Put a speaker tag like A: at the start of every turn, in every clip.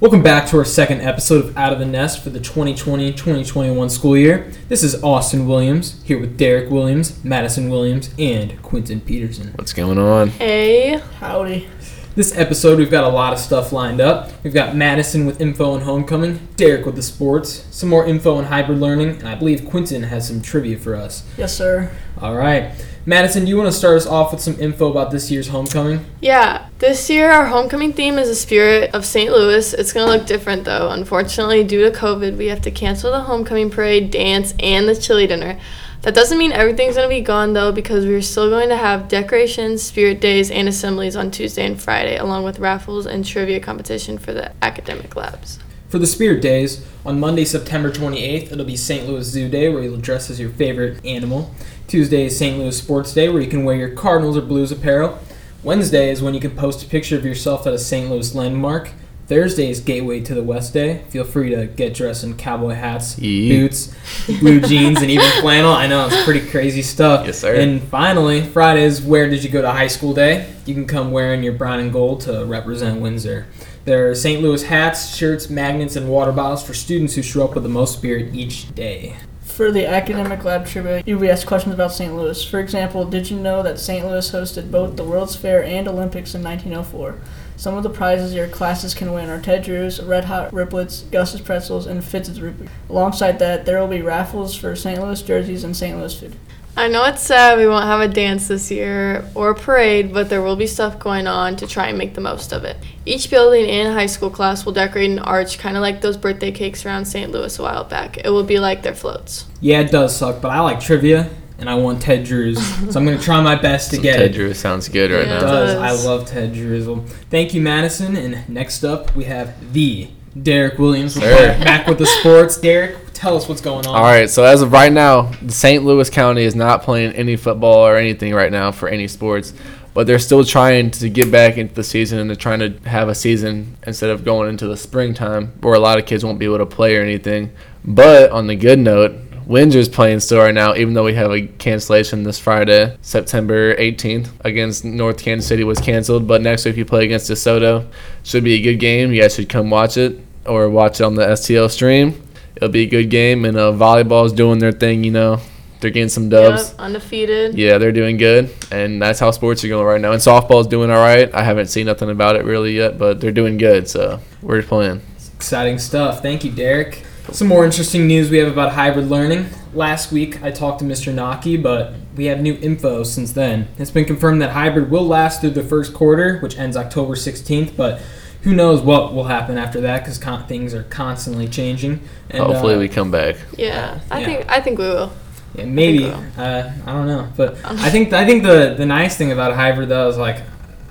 A: Welcome back to our second episode of Out of the Nest for the 2020 2021 school year. This is Austin Williams here with Derek Williams, Madison Williams, and Quinton Peterson.
B: What's going on?
C: Hey.
A: Howdy. This episode, we've got a lot of stuff lined up. We've got Madison with info on homecoming, Derek with the sports, some more info on hybrid learning, and I believe Quinton has some trivia for us.
C: Yes, sir.
A: All right. Madison, do you want to start us off with some info about this year's homecoming?
C: Yeah, this year our homecoming theme is the spirit of St. Louis. It's going to look different though. Unfortunately, due to COVID, we have to cancel the homecoming parade, dance, and the chili dinner. That doesn't mean everything's going to be gone though, because we're still going to have decorations, spirit days, and assemblies on Tuesday and Friday, along with raffles and trivia competition for the academic labs.
A: For the Spirit Days, on Monday, September 28th, it'll be St. Louis Zoo Day, where you'll dress as your favorite animal. Tuesday is St. Louis Sports Day, where you can wear your Cardinals or Blues apparel. Wednesday is when you can post a picture of yourself at a St. Louis landmark. Thursday is Gateway to the West Day. Feel free to get dressed in cowboy hats,
B: Yee.
A: boots, blue jeans, and even flannel. I know it's pretty crazy stuff.
B: Yes, sir.
A: And finally, Friday is Where Did You Go to High School Day? You can come wearing your brown and gold to represent Windsor. There are St. Louis hats, shirts, magnets, and water bottles for students who show up with the most spirit each day.
D: For the academic lab trivia, you'll be asked questions about St. Louis. For example, did you know that St. Louis hosted both the World's Fair and Olympics in 1904? Some of the prizes your classes can win are Ted Drew's, Red Hot Riplets, Gus's Pretzels, and Fitz's Rupees. Alongside that, there will be raffles for St. Louis jerseys and St. Louis food.
C: I know it's sad we won't have a dance this year or a parade, but there will be stuff going on to try and make the most of it. Each building and high school class will decorate an arch, kind of like those birthday cakes around St. Louis a while back. It will be like their floats.
A: Yeah, it does suck, but I like trivia, and I want Ted Drews, so I'm going to try my best to
B: Some
A: get
B: Ted
A: it.
B: Drew sounds good right
C: Yeah.
A: It
B: now.
A: does.
C: does.
A: I love Ted Drizzle. Thank you, Madison. And next up, we have the Derek Williams. We're
B: Sir.
A: back- back with the sports. Derek, tell us what's going on.
B: All right, so as of right now, St. Louis County is not playing any football or anything right now for any sports, but they're still trying to get back into the season and they're trying to have a season instead of going into the springtime where a lot of kids won't be able to play or anything. But on the good note, Windsor's playing still right now, even though we have a cancellation this Friday, September 18th, against North Kansas City was canceled. But next week, you play against DeSoto. Should be a good game. You guys should come watch it or watch it on the STL stream. It'll be a good game, and uh, volleyball's doing their thing, you know. They're getting some dubs.
C: Yep, undefeated.
B: Yeah, they're doing good, and that's how sports are going right now. And softball's doing all right. I haven't seen nothing about it really yet, but they're doing good, so we're playing.
A: Exciting stuff. Thank you, Derek. Some more interesting news we have about hybrid learning. Last week, I talked to Mr. Naki, but we have new info since then. It's been confirmed that hybrid will last through the first quarter, which ends October 16th, but who knows what will happen after that because con- things are constantly changing. And,
B: Hopefully,
A: uh,
B: we come back.
C: Yeah, I
A: Yeah.
C: think I think we will.
A: Yeah, maybe.
C: I
A: Uh,
C: think
A: I don't know, but I think I think the the nice thing about hybrid though is like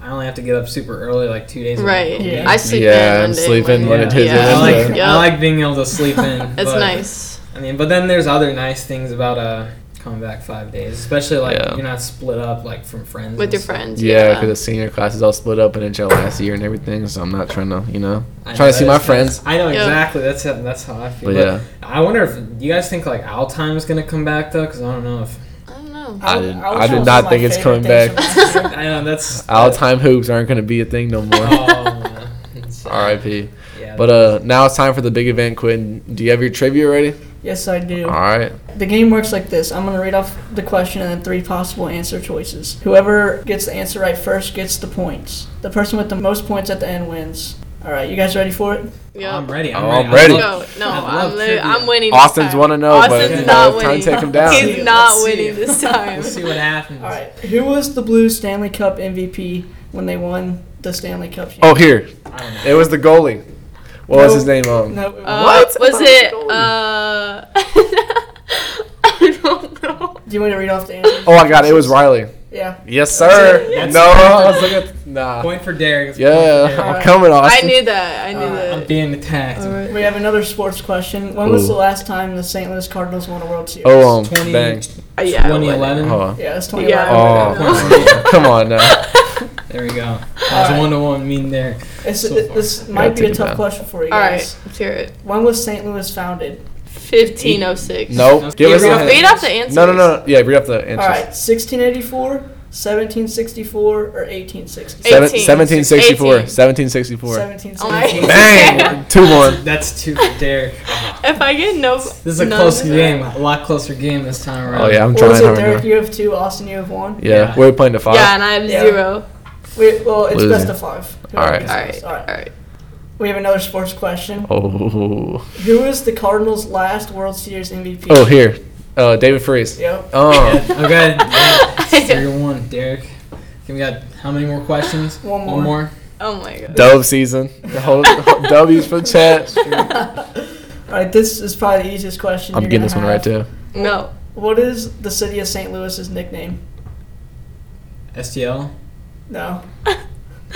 A: I only have to get up super early, like two days. a
C: Right.
A: week.
D: Yeah.
C: I sleep
B: Yeah,
C: in.
B: I'm
C: Monday,
B: sleeping
A: Yeah.
B: when
C: Monday.
B: it is
A: I
C: Yeah.
A: like
C: Yeah.
A: I like being able to sleep in.
C: It's
A: but,
C: nice.
A: I mean, but then there's other nice things about uh coming back five days, especially like
B: Yeah.
A: you're not split up like from friends
C: With
A: and
C: your
A: stuff.
C: friends.
B: Yeah,
C: Yeah.
B: because the senior class is all split up and it's your last year and everything, so I'm not trying to, you know,
A: I
B: trying
A: know,
B: to see
A: that
B: my
A: is nice.
B: friends.
A: I know
C: Yeah.
A: exactly. That's how, that's how I feel.
B: But
A: But
B: yeah,
A: I wonder if you guys think like owl time is gonna come back though, because I don't know if
C: I don't know.
B: I didn't- I
D: wish
B: did
D: was
B: not
D: my
B: think it's
D: favorite
B: coming
D: things of last year.
A: I know that's
B: all time hoops aren't going to be a thing no more.
A: Oh, man. It's, uh,
B: R.I.P.
A: Yeah,
B: But uh, now it's time for the big event, Quinn. Do you have your trivia ready?
D: yes, I do.
B: All right.
D: The game works like this. I'm gonna read off the question and then three possible answer choices. Whoever gets the answer right first gets the points. The person with the most points at the end wins. All right, you guys ready for it?
C: Yep.
A: I'm ready. I'm,
B: Oh,
A: ready.
B: I'm ready.
A: I
C: No,
A: love-
C: no,
A: I
C: I'm,
A: love
C: li-
A: trivia.
C: I'm winning. this
B: Austin's
C: time.
B: want to know,
C: Austin's
B: but you
C: not
B: know, time
C: winning.
B: to take him down.
A: Let's see.
C: He's not
A: Let's see.
C: winning this time.
A: We'll see what happens.
D: All right. Who was the Blues Stanley Cup MVP when they won the Stanley Cup?
B: Oh, here.
A: I don't know.
B: It was the goalie. What was his
D: No.
B: name? Um,
D: No. it
C: Uh,
D: was-
C: Was it? Uh, I don't know.
D: Do you want me to read off the answer?
B: Oh, I got it. It was Riley.
D: Yeah.
B: Yes, sir.
A: That's-
B: no, I was looking at. Nah.
A: Point for Derek. It's a point for
B: Yeah,
D: Alright.
B: I'm coming,
C: I
B: Austin.
C: knew that. I knew
D: Uh,
A: Derek. I'm
C: that.
A: being attacked.
C: Alright.
D: We have another sports question. When was
B: Ooh.
D: the last time the St. Louis Cardinals won a World Series?
B: Oh, um,
A: 20
B: bang.
C: Uh, yeah, I wouldn't.
A: 2011.
B: Hold on.
D: Yeah, it's
C: Yeah.
D: 2011.
B: Oh, come on now.
A: There we go. That's
D: Alright.
A: one to one. Mean Derek.
D: It's,
A: So
D: it-
A: far.
D: this
B: Gotta
D: might be
B: take
D: a
B: it
D: tough
B: down.
D: question for you
C: All
D: guys.
C: right, let's hear it.
D: When was St. Louis founded?
C: 1506.
B: Nope. Give us
A: Read
B: a
A: off-
B: hint.
C: Read off the answer.
B: No, no, no. Yeah, read up the
D: All
B: answers.
D: right, 1684, 1764 or 1860?
B: Seven,
C: 18.
B: 1764.
C: 18.
B: 1764.
D: 1764.
C: Oh my-
B: Bang! 2 1.
A: That's two for Derek.
C: If I get no,
A: This is a
C: none
A: close
C: of it-
A: game, a lot closer game this time around.
B: Oh, yeah, I'm
D: What was
B: trying
D: it,
B: hard
D: Derek?
B: now.
D: You have two, Austin, you have one?
B: Yeah, we're playing to 5.
C: Yeah, and I have
D: Yeah.
C: zero.
D: Wait, well, it's
B: Losing.
D: best of five. Whoever
B: Alright.
D: gets
C: All
D: this.
C: right, all
D: Alright.
C: right.
D: We have another sports question.
B: Oh.
D: Who was the Cardinals' last World Series MVP?
B: Oh, here. Uh, David Freeze.
D: Yep.
B: Oh.
A: Okay. It's three to one, Derek. Think we got how many more questions?
D: One more.
A: One more.
C: Oh my god.
B: Dove season. The whole W's for chat.
D: Alright, this is probably the easiest question.
B: I'm
D: you're
B: getting
D: gonna
B: this one right
D: have.
B: too.
C: No.
D: What is the city of St. Louis's nickname?
A: STL.
D: No.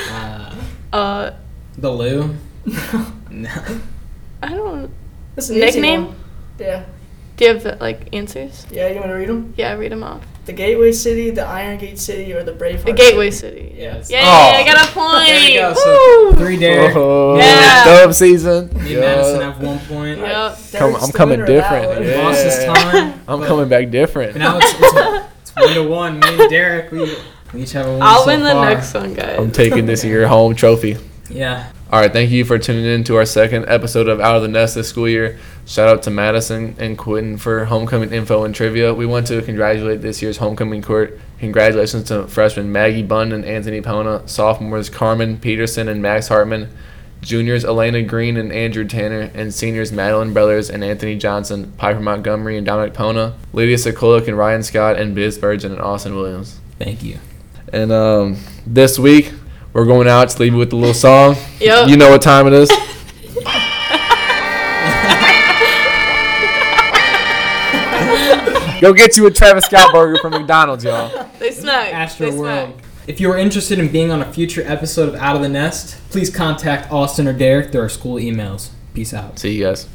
A: Uh,
C: Uh,
A: the Lou.
D: No.
A: No.
C: I don't.
D: That's an easy
C: Nickname?
D: one. Yeah.
C: Do you have like answers?
D: Yeah, you want to read them?
C: Yeah, read them off.
D: The Gateway City, the Iron Gate City, or the Braveheart
C: The Gateway
D: City?
C: City.
D: Yeah.
A: Yes.
C: Yay!
B: Oh.
C: I got a point.
A: There you go.
C: Woo!
A: So three Derek.
B: Oh,
C: Yeah.
B: Dove season.
A: Me
B: Yeah.
A: and Madison have one point.
C: Yeah. Yep.
B: Come- I'm coming different.
A: We
B: Yeah.
A: Lost this time.
B: I'm
A: but-
B: coming back
A: but
B: different.
A: Now it's, it's, it's one to one. Me and Derek, we, we each have a one.
C: I'll
A: so
C: win the
A: far.
C: next one, guys.
B: I'm taking this year home trophy.
A: Yeah.
B: All right, thank you for tuning in to our second episode of Out of the Nest this school year. Shout out to Madison and Quinton for homecoming info and trivia. We want to congratulate this year's homecoming court. Congratulations to freshmen Maggie Bunn and Anthony Pona, sophomores Carmen Peterson and Max Hartman, juniors Elena Green and Andrew Tanner, and seniors Madeline Brothers and Anthony Johnson, Piper Montgomery and Dominic Pona, Lydia Sokolik and Ryan Scott, and Biz Virgin and Austin Williams.
A: Thank you.
B: And um, this week, we're going out to leave you with a little song.
C: Yep.
B: You know what time it is. Go get you a Travis Scott burger from McDonald's, y'all.
C: They smack.
A: Astro
C: they
A: World.
C: smack.
A: If you are interested in being on a future episode of Out of the Nest, please contact Austin or Derek through our school emails. Peace out.
B: See you guys.